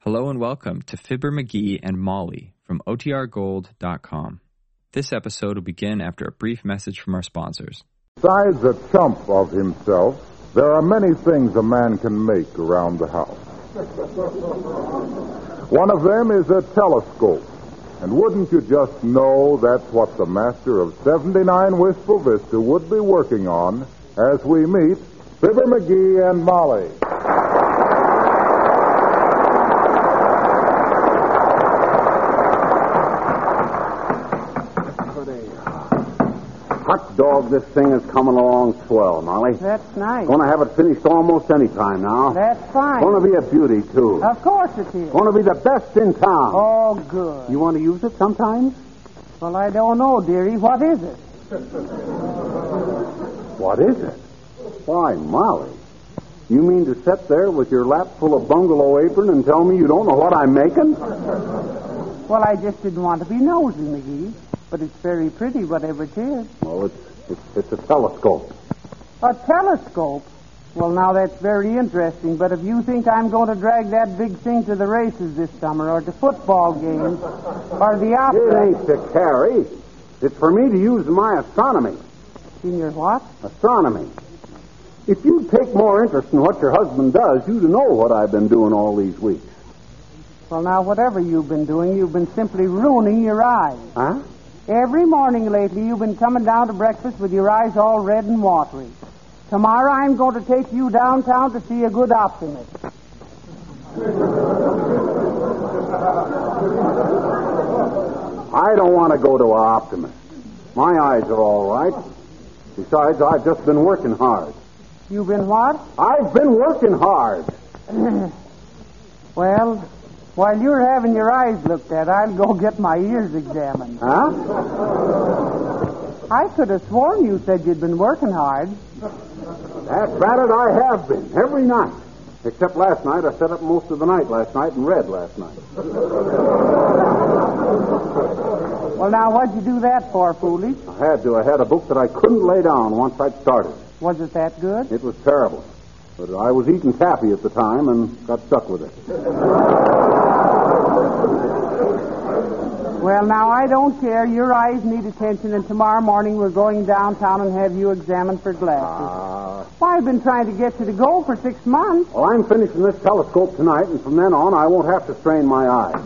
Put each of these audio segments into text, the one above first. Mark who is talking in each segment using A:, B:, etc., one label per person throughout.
A: Hello and welcome to Fibber McGee and Molly from OTRGold.com. This episode will begin after a brief message from our sponsors.
B: Besides a chump of himself, there are many things a man can make around the house. One of them is a telescope. And wouldn't you just know that's what the master of 79 Wistful Vista would be working on as we meet Fibber McGee and Molly.
C: Hot dog, this thing is coming along swell, Molly.
D: That's nice.
C: Gonna have it finished almost any time now.
D: That's fine.
C: Gonna be a beauty, too.
D: Of course it is.
C: Gonna be the best in town.
D: Oh, good.
C: You want to use it sometimes?
D: Well, I don't know, dearie. What is it?
C: What is it? Why, Molly. You mean to sit there with your lap full of bungalow apron and tell me you don't know what I'm making?
D: Well, I just didn't want to be nosy, McGee. But it's very pretty, whatever it is.
C: Well, it's it's, it's a telescope.
D: A telescope? Well, now that's very interesting. But if you think I'm going to drag that big thing to the races this summer, or to football games, or the
C: It
D: opera,
C: ain't to carry. It's for me to use in my astronomy.
D: in your what?
C: Astronomy. If you'd take more interest in what your husband does, you'd know what I've been doing all these weeks.
D: Well, now whatever you've been doing, you've been simply ruining your eyes.
C: Huh?
D: Every morning lately, you've been coming down to breakfast with your eyes all red and watery. Tomorrow, I'm going to take you downtown to see a good optimist.
C: I don't want to go to an optimist. My eyes are all right. Besides, I've just been working hard.
D: You've been what?
C: I've been working hard.
D: Well, while you're having your eyes looked at, I'll go get my ears examined.
C: Huh?
D: I could have sworn you said you'd been working hard.
C: That's about it. I have been every night, except last night. I sat up most of the night last night and read last night.
D: Well, now, what'd you do that for, foolish?
C: I had to. I had a book that I couldn't lay down once I'd started.
D: Was it that good?
C: It was terrible, but I was eating taffy at the time and got stuck with it.
D: Well, now, I don't care. Your eyes need attention, and tomorrow morning we're going downtown and have you examined for glasses.
C: Ah.
D: Why, I've been trying to get you to go for six months.
C: Well, I'm finishing this telescope tonight, and from then on, I won't have to strain my eyes.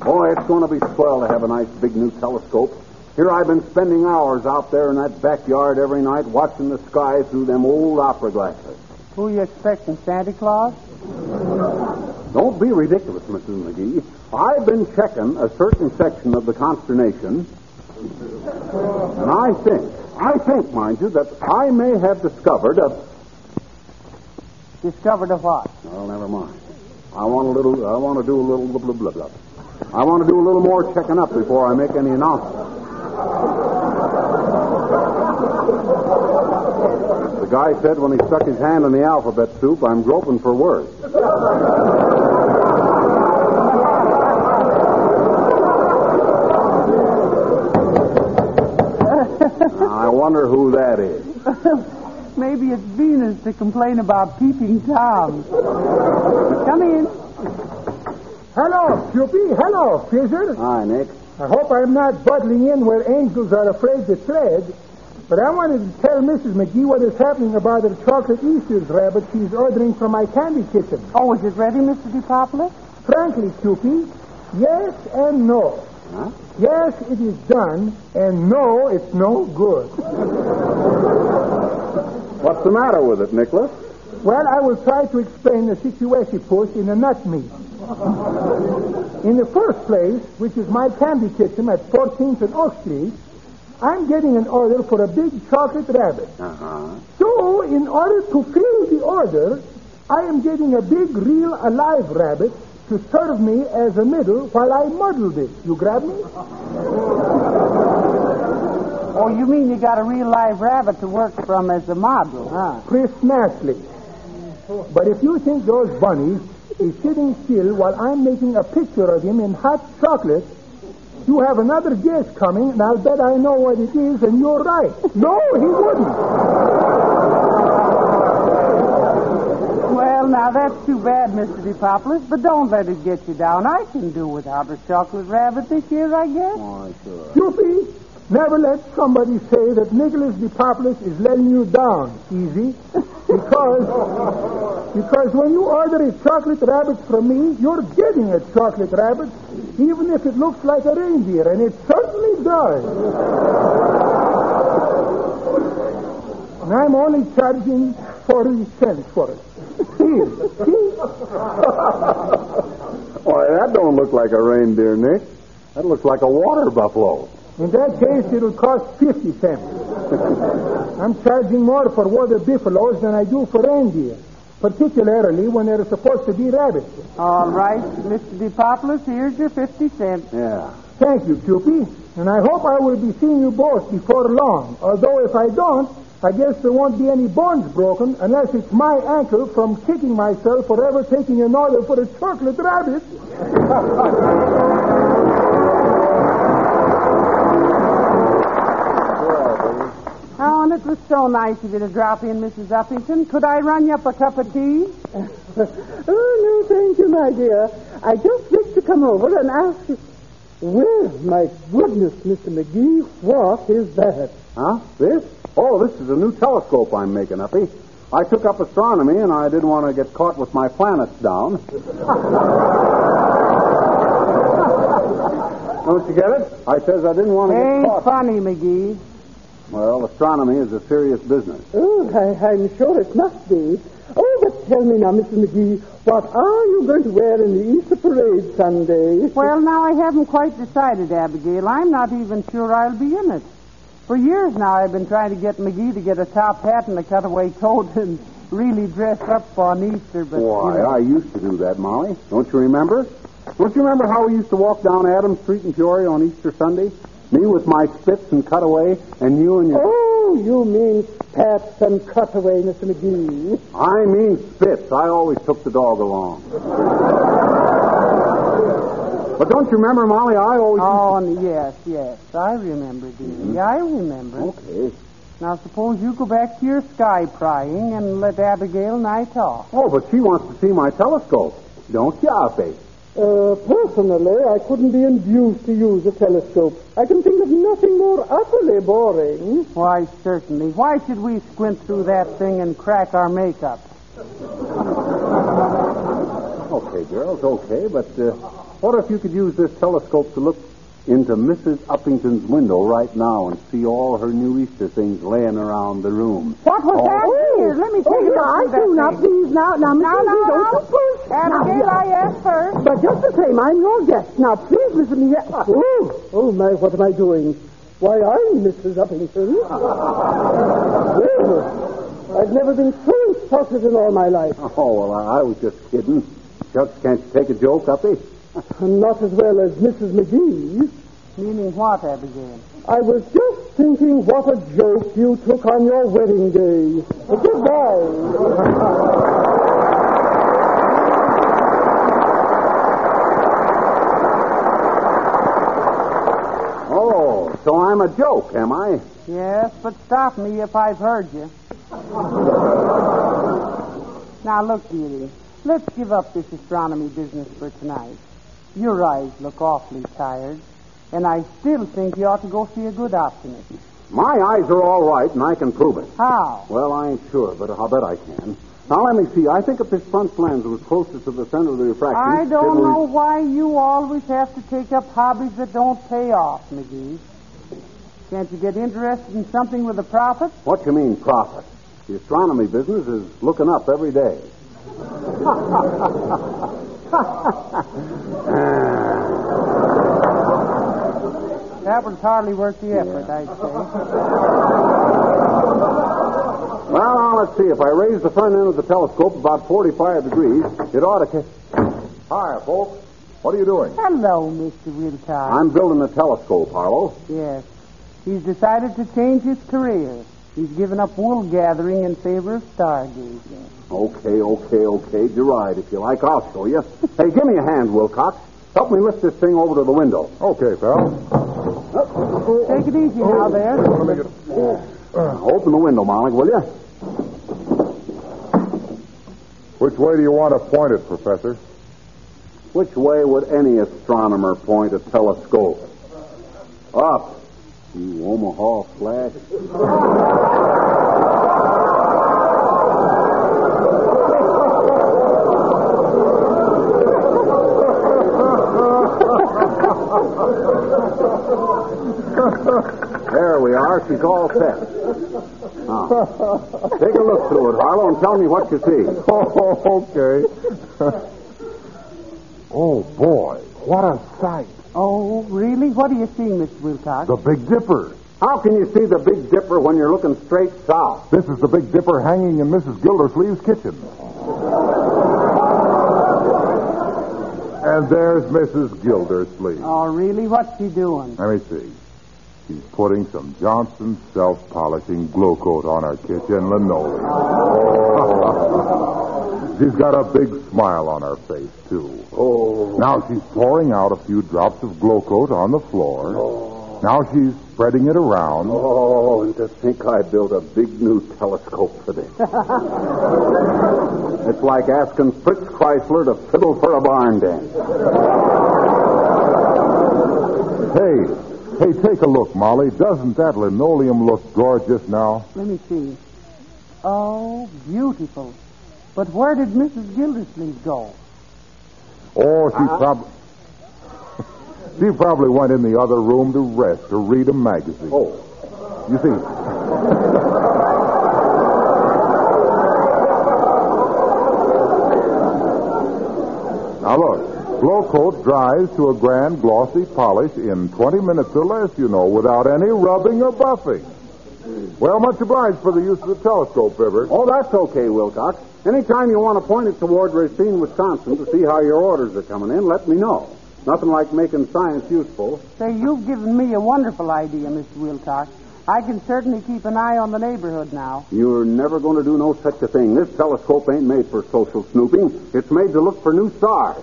C: Boy, it's going to be swell to have a nice big new telescope. Here I've been spending hours out there in that backyard every night watching the sky through them old opera glasses.
D: Who you expecting, Santa Claus?
C: Don't be ridiculous, Mrs. McGee. I've been checking a certain section of the consternation, and I think, I think, mind you, that I may have discovered a
D: Discovered a what?
C: Well, never mind. I want a little. I want to do a little blah blah blah blah. I want to do a little more checking up before I make any announcement. The guy said when he stuck his hand in the alphabet soup, "I'm groping for words." Now, I wonder who that is.
D: Maybe it's Venus to complain about peeping toms. Come in.
E: Hello, Cupid. Hello, Fizzard.
C: Hi, Nick.
E: I hope I'm not butting in where angels are afraid to tread, but I wanted to tell Mrs. McGee what is happening about her chocolate Easter's rabbit she's ordering from my candy kitchen.
D: Oh, is it ready, Mr. DePopoulos?
E: Frankly, Cupid, yes and no.
C: Huh?
E: Yes, it is done, and no, it's no good.
C: What's the matter with it, Nicholas?
E: Well, I will try to explain the situation, Puss, in a nut meat. in the first place, which is my candy kitchen at 14th and Oak Street, I'm getting an order for a big chocolate rabbit.
C: Uh huh.
E: So, in order to fill the order, I am getting a big, real, alive rabbit to serve me as a middle while I muddle it. You grab me?
D: Oh, you mean you got a real live rabbit to work from as a model, huh?
E: Precisely. But if you think those bunnies is sitting still while I'm making a picture of him in hot chocolate, you have another guess coming, and I'll bet I know what it is, and you're right. No, he wouldn't.
D: Well, now that's too bad, Mr. DePopulis, but don't let it get you down. I can do without a chocolate rabbit this year, I guess.
C: Why, sure.
E: Goofy, never let somebody say that Nicholas DePopulis is letting you down, easy. Because, because when you order a chocolate rabbit from me, you're getting a chocolate rabbit, even if it looks like a reindeer, and it certainly does. And I'm only charging 40 cents for it. Here, see?
C: Why, that don't look like a reindeer, Nick. That looks like a water buffalo.
E: In that case, it'll cost 50 cents. I'm charging more for water buffaloes than I do for reindeer, particularly when they're supposed to be rabbits.
D: All right, Mr. DePopulis, here's your 50 cents.
C: Yeah.
E: Thank you, Cupid, and I hope I will be seeing you both before long, although if I don't, I guess there won't be any bones broken unless it's my ankle from kicking myself for ever taking an order for a chocolate rabbit.
D: Oh, and it was so nice of you to drop in, Mrs. Uppington. Could I run you up a cup of tea?
F: Oh, no, thank you, my dear. I just wish to come over and ask you. Well, my goodness, Mr. McGee, what is that?
C: Huh? This? Oh, this is a new telescope I'm making, Uppy. I took up astronomy, and I didn't want to get caught with my planets down. Don't you get it? I says I didn't want to get
D: Ain't
C: caught.
D: funny, McGee.
C: Well, astronomy is a serious business.
F: Oh, I, I'm sure it must be. Oh, but tell me now, Mr. McGee, what are you going to wear in the Easter parade Sunday?
D: Well, now I haven't quite decided, Abigail. I'm not even sure I'll be in it. For years now, I've been trying to get McGee to get a top hat and a cutaway coat and really dress up on Easter, but. you
C: Why,
D: know.
C: I used to do that, Molly. Don't you remember? Don't you remember how we used to walk down Adams Street in Peoria on Easter Sunday? Me with my spits and cutaway, and you and your.
F: Oh, you mean spats and cutaway, Mr. McGee.
C: I mean spits. I always took the dog along. but don't you remember, Molly? I always.
D: Oh, and yes, yes. I remember,
C: Mm-hmm.
D: dearie. I remember.
C: Okay.
D: Now, suppose you go back to your sky prying and let Abigail and I talk.
C: Oh, but she wants to see my telescope. Don't you, Uppy?
F: Uh, personally, I couldn't be induced to use a telescope. I can think of nothing more utterly boring.
D: Why, certainly. Why should we squint through that thing and crack our makeup?
C: Okay, girls, okay, but uh, what if you could use this telescope to look into Mrs. Uppington's window right now and see all her new Easter things laying around the room?
D: What was
C: Oh.
D: that? Here, let me take
F: Oh,
D: a look
F: now, I
D: through that
F: do not,
D: thing.
F: please. Now, now, Mr.
D: Now,
F: McGee,
D: now,
F: don't
D: now.
F: you push.
D: Abigail,
F: Now,
D: I asked first.
F: But just the same, I'm your guest. Now, please, Mr. McGee. Oh, oh, my, what am I doing? Why, I'm Mrs. Uppington. well, I've never been so insulted in all my life.
C: Oh, well, I, I was just kidding. Shucks, can't you take a joke, Uppy?
F: And not as well as Mrs. McGee.
D: Meaning what, Abigail?
F: I was just thinking what a joke you took on your wedding day. Goodbye.
C: Oh, so I'm a joke, am I?
D: Yes, but stop me if I've heard you. now, look, dearie. Let's give up this astronomy business for tonight. Your eyes look awfully tired, and I still think you ought to go see a good optimist.
C: My eyes are all right, and I can prove it.
D: How?
C: Well, I ain't sure, but I'll bet I can. Now, let me see. I think if this front lens was closest to the center of the refraction...
D: I don't
C: it'll-
D: know why you always have to take up hobbies that don't pay off, McGee. Can't you get interested in something with a profit?
C: What you mean, profit? The astronomy business is looking up every day.
D: That would hardly worth the effort, I'd say.
C: Well, now let's see. If I raise the front end of the telescope about 45 degrees, it ought to. ca-
B: Hi, folks. What are you doing?
D: Hello, Mr. Wilcox.
C: I'm building a telescope, Harlow.
D: Yes. He's decided to change his career. He's given up wool gathering in favor of stargazing.
C: Okay, okay, okay. Deride, if you like. I'll show you. hey, give me a hand, Wilcox. Help me lift this thing over to the window.
B: Okay, pal.
D: Take it easy now there.
B: Let me get
C: Open the window, Molly, will you?
G: Which way do you want to point it, Professor?
C: Which way would any astronomer point a telescope? Up, you Omaha flash. there we are. She's all set. Now, take a look through it, Harlow, and tell me what you see.
G: Oh, okay. oh, boy. What a sight.
D: Oh, really? What are you seeing, Mr. Wilcox?
G: The Big Dipper.
C: How can you see the Big Dipper when you're looking straight south?
G: This is the Big Dipper hanging in Mrs. Gildersleeve's kitchen. and there's Mrs. Gildersleeve.
D: Oh, really? What's he doing?
G: Let me see. She's putting some Johnson self-polishing glow coat on her kitchen linoleum. she's got a big smile on her face, too.
C: Oh.
G: Now she's pouring out a few drops of glow coat on the floor. Now she's spreading it around.
C: Oh, and to think I built a big new telescope for this. it's like asking Fritz Chrysler to fiddle for a barn dance.
G: Hey, hey, take a look, Molly. Doesn't that linoleum look gorgeous now?
D: Let me see. Oh, beautiful. But where did Mrs. Gildersleeve go?
G: Oh, she probably. she probably went in the other room to rest or read a magazine.
C: Oh.
G: You see, now look. Glow coat dries to a grand glossy polish in 20 minutes or less, you know, without any rubbing or buffing. Well, much obliged for the use of the telescope, Bibber.
C: Oh, that's okay, Wilcox. Anytime you want to point it toward Racine, Wisconsin to see how your orders are coming in, let me know. Nothing like making science useful.
D: Say, you've given me a wonderful idea, Mr. Wilcox. I can certainly keep an eye on the neighborhood now.
C: You're never going to do no such a thing. This telescope ain't made for social snooping. It's made to look for new stars.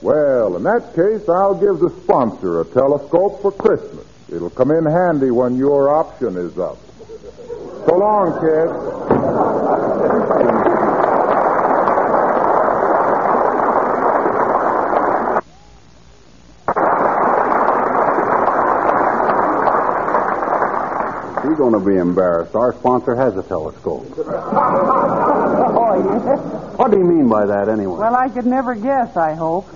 G: Well, in that case, I'll give the sponsor a telescope for Christmas. It'll come in handy when your option is up. So long, kids.
C: You're going to be embarrassed. Our sponsor has a telescope.
D: Oh, yes?
C: What do you mean by that, anyway?
D: Well, I could never guess, I hope.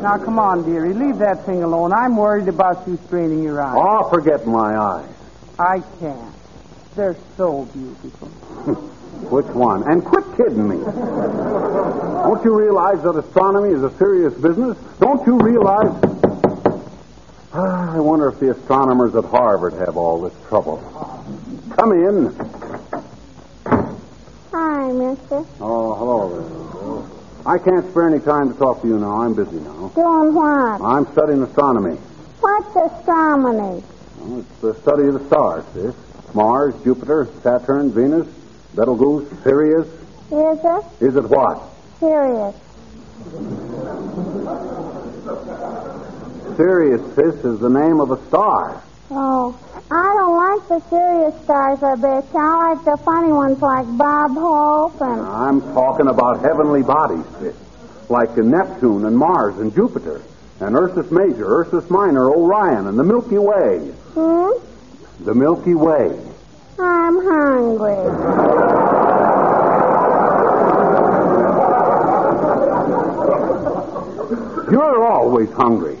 D: Now, come on, dearie. Leave that thing alone. I'm worried about you straining your eyes.
C: oh, forget my eyes.
D: I can't. They're so beautiful.
C: Which one? And quit kidding me. Don't you realize that astronomy is a serious business? Don't you realize? Ah, I wonder if the astronomers at Harvard have all this trouble. Come in.
H: Hi, mister.
C: Oh, hello there. I can't spare any time to talk to you now. I'm busy now.
H: Doing what?
C: I'm studying astronomy.
H: What's astronomy?
C: Well, it's the study of the stars, sis. Mars, Jupiter, Saturn, Venus, Betelgeuse, Sirius.
H: Is it
C: Is it what?
H: serious?
C: Sirius, sis, is the name of a star.
H: Oh, I don't like the serious stars a bit. I like the funny ones like Bob Hope and
C: I'm talking about heavenly bodies, sis. Like Neptune and Mars and Jupiter. And Ursus Major, Ursus Minor, Orion, and the Milky Way.
H: hmm.
C: The Milky Way.
H: I'm hungry.
C: You're always hungry.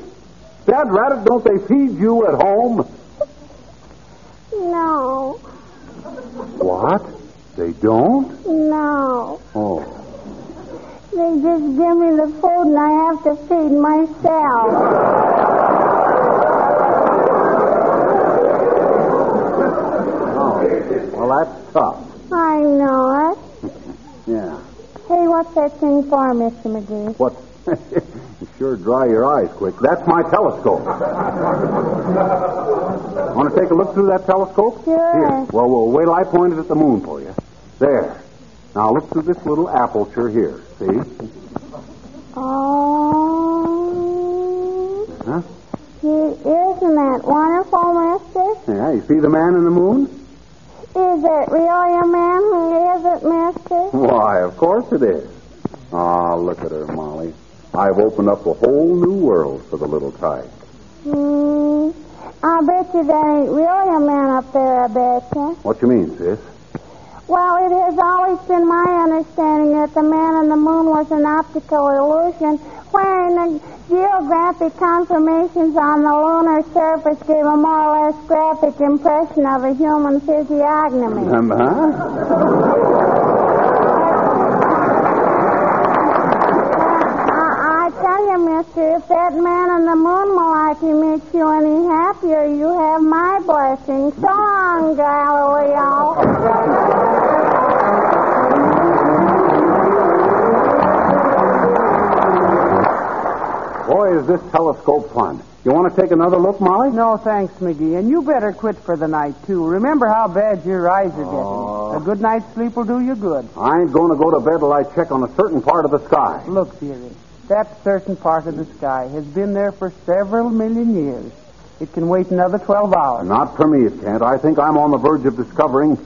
C: Dad Rabbit, don't they feed you at home?
H: No,
C: What? They don't?
H: no.
C: Oh.
H: They just give me the food and I have to feed myself.
C: oh. Well, that's tough.
H: I know it.
C: Yeah.
H: Hey, what's that thing for, Mr. McGee?
C: What? you sure dry your eyes quick. That's my telescope. Want to take a look through that telescope?
H: Sure.
C: Here. Well, well, wait till I point it at the moon for you. There. Now look through this little aperture here. See?
H: Oh,
C: Huh?
H: gee, isn't that wonderful, mister?
C: Yeah, you see the man in the moon?
H: Is it really a man who is it, mister?
C: Why, of course course it is. Ah, look at her, Molly. I've opened up a whole new world for the little tyke.
H: Hmm. I'll bet you there ain't really a man up there, I betcha.
C: What you mean, sis?
H: Well, it has always been my understanding that the man in the moon was an optical illusion wherein the geographic conformations on the lunar surface gave a more or less graphic impression of a human physiognomy.
C: Um, huh?
H: I, I tell you, mister, if that man in the moon malarkey makes you any happier, you have my blessing. So long, Galileo.
C: Boy, is this telescope fun. You want to take another look, Molly?
D: No, thanks, McGee. And you better quit for the night, too. Remember how bad your eyes are getting.
C: Oh.
D: A good night's sleep will do you good.
C: I ain't going to go to bed till I check on a certain part of the sky.
D: Look, dearie, that certain part of the sky has been there for several million years. It can wait another 12 hours.
C: Uh, Not for me, it can't. I think I'm on the verge of discovering.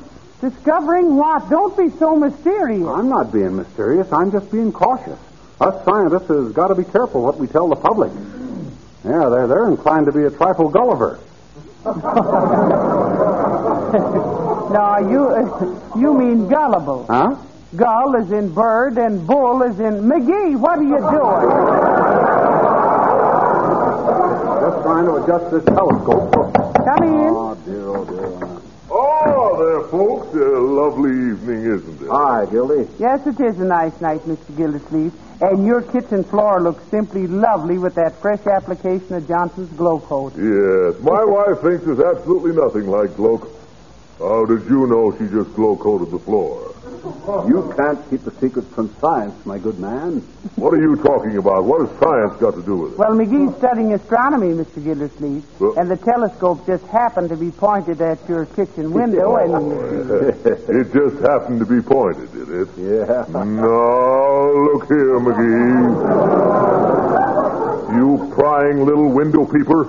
D: Discovering what? Don't be so mysterious.
C: I'm not being mysterious. I'm just being cautious. Us scientists has got to be careful what we tell the public. Yeah, they're, they're inclined to be a trifle Gulliver.
D: No, you you mean gullible.
C: Huh?
D: Gull is in bird and bull is in McGee. What are you doing?
C: Just trying to adjust this telescope.
D: Come in.
C: Oh, dear, oh, dear.
B: Oh, there, folks. A lovely evening, isn't it?
C: Hi, Gildy.
D: Yes, it is a nice night, Mr. Gildersleeve. And your kitchen floor looks simply lovely with that fresh application of Johnson's Glow Coat.
B: Yes. My wife thinks there's absolutely nothing like glow. How did you know she just glow coated the floor?
C: You can't keep a secret from science, my good man.
B: What are you talking about? What has science got to do with it?
D: Well, McGee's studying astronomy, Mr. Gildersleeve,
B: Well-
D: and the telescope just happened to be pointed at your kitchen window, and
B: it just happened to be pointed, did it?
C: Yeah.
B: No, look here, McGee. You prying little window peeper.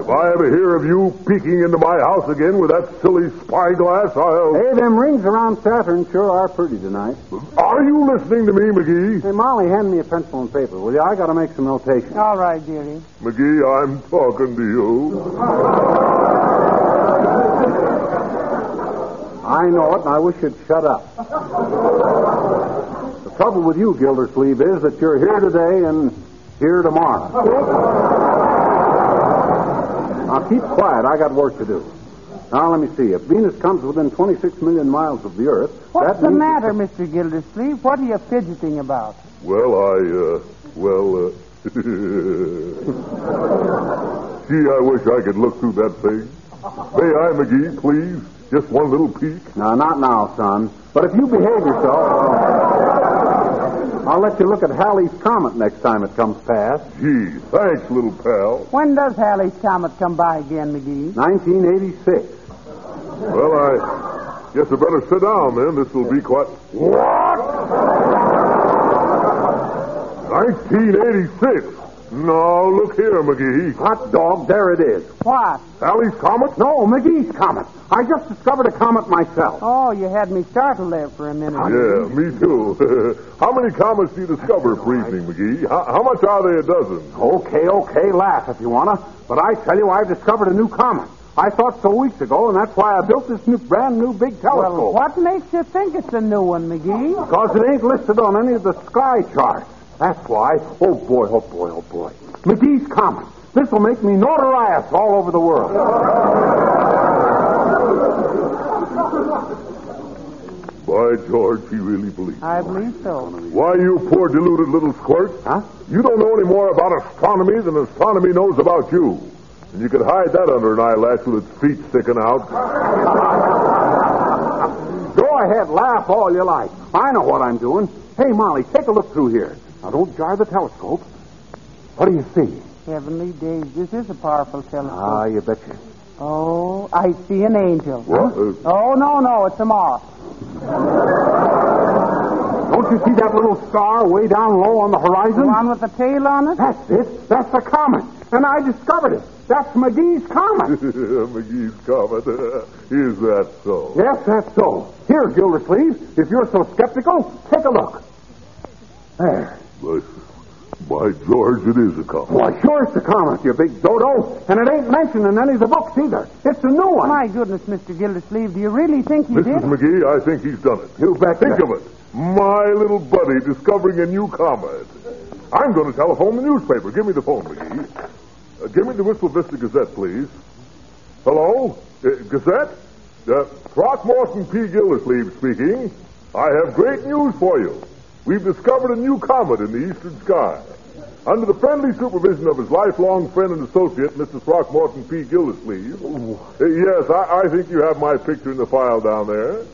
B: If I ever hear of you peeking into my house again with that silly spyglass, I'll.
C: Hey, them rings around Saturn sure are pretty tonight.
B: Are you listening to me, McGee?
C: Hey, Molly, hand me a pencil and paper, will you? I got to make some notation.
D: all right, dearie.
B: McGee, I'm talking to you.
C: I know it, and I wish you'd shut up. the trouble with you, Gildersleeve, is that you're here today and here tomorrow. now keep quiet. I got work to do. Now let me see. If Venus comes within 26 million miles of the Earth,
D: What's
C: that
D: the
C: means-
D: matter, Mr. Gildersleeve? What are you fidgeting about?
B: Well, I, uh, well, uh. Gee, I wish I could look through that thing. May I, McGee, please? Just one little peek?
C: No, not now, son. But if you behave yourself, I'll, I'll let you look at Halley's comet next time it comes past.
B: Gee, thanks, little pal.
D: When does Halley's Comet come by again, McGee?
C: 1986.
B: Well, I guess I better sit down then. This will be quite. What? 1986. Now, look here, McGee.
C: Hot dog, there it is.
D: What?
B: Halley's Comet?
C: No, McGee's comet. I just discovered a comet myself.
D: Oh, you had me startled there for a minute.
B: Yeah, me too. how many comets do you discover per evening, McGee? How, how much are they a dozen?
C: Okay, okay, laugh if you wanna. But I tell you, I've discovered a new comet. I thought so weeks ago, and that's why I built this new, brand new big
D: Well,
C: telescope.
D: what makes you think it's a new one, McGee?
C: Because it ain't listed on any of the sky charts. That's why. Oh boy, oh boy, oh boy. McGee's comet. This will make me notorious all over the world.
B: By George, he really believes.
D: I believe so.
B: Why, you poor deluded little squirt.
C: Huh?
B: You don't know any more about astronomy than astronomy knows about you. And you could hide that under an eyelash with its feet sticking out.
C: Go ahead, laugh all you like. I know what I'm doing. Hey, Molly, take a look through here. Now don't jar the telescope. What do you see?
D: Heavenly days, this is a powerful
C: Ah,
D: telescope.
C: you betcha.
D: Oh, I see an
C: Uh,
D: angel.
B: What? Uh,
D: Oh, no, no, it's a moth.
C: Don't you see that little star way down low on the
D: The
C: horizon?
D: one with the tail on it?
C: That's it. That's a comet. And I discovered it. That's McGee's comet.
B: McGee's comet. Is that so?
C: yes, that's so. Here, Gildersleeve, if you're so skeptical, take a look. There.
B: By, by George, it is a comet.
C: Why, sure it's a comet, you big dodo. And it ain't mentioned in any of the books either. It's a new one.
D: My goodness, Mr. Gildersleeve, do you really think he
B: Mrs.
D: did?
B: McGee, I think he's done it.
C: You bet.
B: Think of it. My little buddy discovering a new comet. I'm going to telephone the newspaper. Give me the phone, McGee. Uh, give me the Whistle Vista Gazette, please. Hello? Uh, Gazette? Uh, Throckmorton P. Gildersleeve speaking. I have great news for you. We've discovered a new comet in the eastern sky. Under the friendly supervision of his lifelong friend and associate, Mr. Throckmorton P. Gildersleeve. Uh, yes, I, I think you have my picture in the file down there.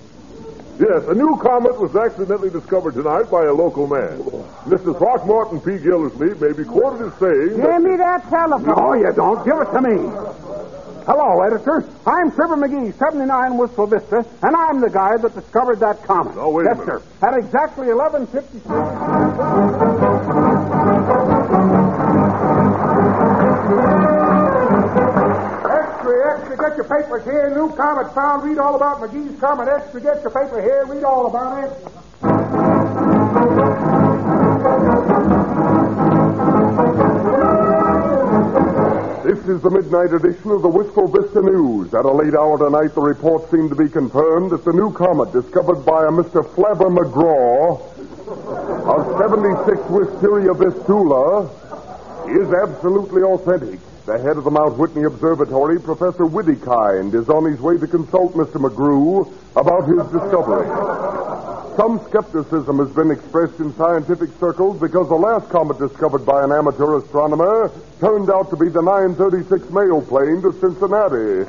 B: Yes, a new comet was accidentally discovered tonight by a local man. Mr. Throckmorton P. Gildersleeve may be quoted as saying. that-
D: Give me that telephone.
C: No, Oh, you don't. Give it to me. Hello, editor. I'm Fibber McGee, 79 Wistful Vista, and I'm the guy that discovered that comet.
B: Now, wait a
C: yes,
B: minute.
C: sir. At exactly 11.56... Extra, extra, get your papers here. New comet found. Read all about McGee's comet. Extra, get your paper here. Read all about it.
B: This is the midnight edition of the Wistful Vista News. At a late hour tonight, the report seemed to be confirmed that the new comet discovered by a Mr. Flabber McGraw of 76 Wisteria Vistula is absolutely authentic. The head of the Mount Whitney Observatory, Professor Whittykind, is on his way to consult Mr. McGrew about his discovery. Some skepticism has been expressed in scientific circles because the last comet discovered by an amateur astronomer turned out to be the 936 mail plane to Cincinnati.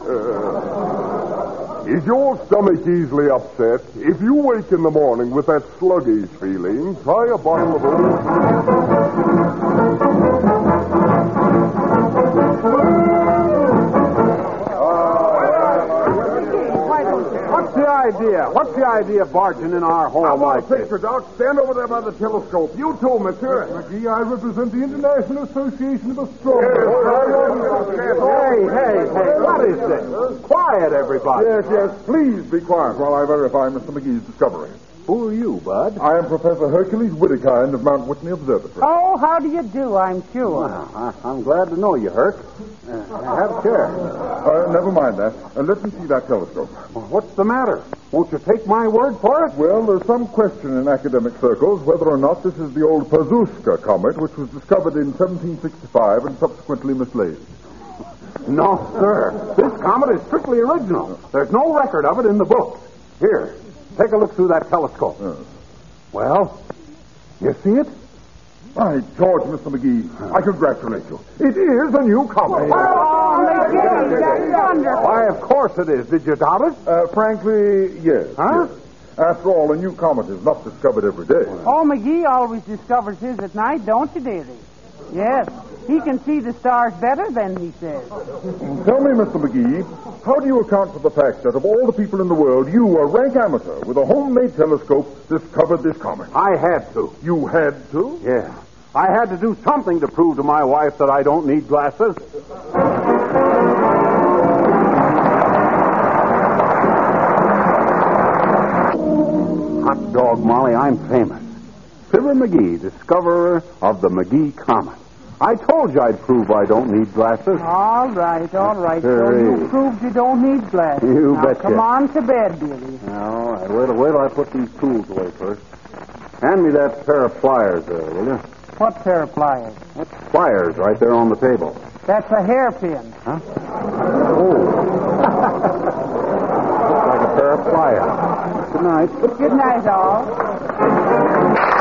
B: Is your stomach easily upset? If you wake in the morning with that sluggish feeling, try a bottle of old.
C: What's the idea? What's the idea of barging in our home I want like picture, Doc. Stand over there by the telescope. You too, monsieur.
B: McGee, I represent the International Association of
C: Hey, hey, hey, what is this? Quiet, everybody.
B: Yes, yes, please be quiet while I verify Mr. McGee's discovery.
C: Who are you, Bud?
B: I am Professor Hercules Whittekind of Mount Whitney Observatory.
D: Oh, how do you do, I'm sure.
C: Well, I, am glad to know you, Herc. Uh, have a chair.
B: Uh, never mind that. Uh, let me see that telescope.
C: What's the matter? Won't you take my word for it?
B: Well, there's some question in academic circles whether or not this is the old Pazuska comet, which was discovered in 1765 and subsequently mislaid.
C: No, sir. This comet is strictly original. There's no record of it in the books. Here, take a look through that telescope. Well, you see it?
B: My George, Mr. McGee, I congratulate you. It is a new comet.
D: Oh, McGee, that's wonderful.
C: Why, of course it is. Did you doubt it?
B: Uh, frankly, yes.
C: Huh?
B: yes. After all, a new comet is not discovered every day.
D: Oh, McGee always discovers his at night, don't you, dearie? Yes, he can see the stars better than he says.
B: Tell me, Mr. McGee, how do you account for the fact that of all the people in the world, you, a rank amateur with a homemade telescope, discovered this comet?
C: I had to.
B: You had to?
C: Yeah. I had to do something to prove to my wife that I don't need glasses. Hot dog, Molly, I'm famous. Fibber McGee, discoverer of the McGee Comet. I told you I'd prove I don't need glasses.
D: All right, all right.
C: Sure
D: So you
C: is.
D: proved you don't need glasses.
C: You
D: now,
C: betcha.
D: Come on to bed, dearie.
C: Now, I- wait, wait till I put these tools away first. Hand me that pair of pliers there, will you?
D: What pair of pliers?
C: That's pliers right there on the table.
D: That's a hairpin.
C: Oh. Looks like a pair of pliers. Good night.
D: Good night, all.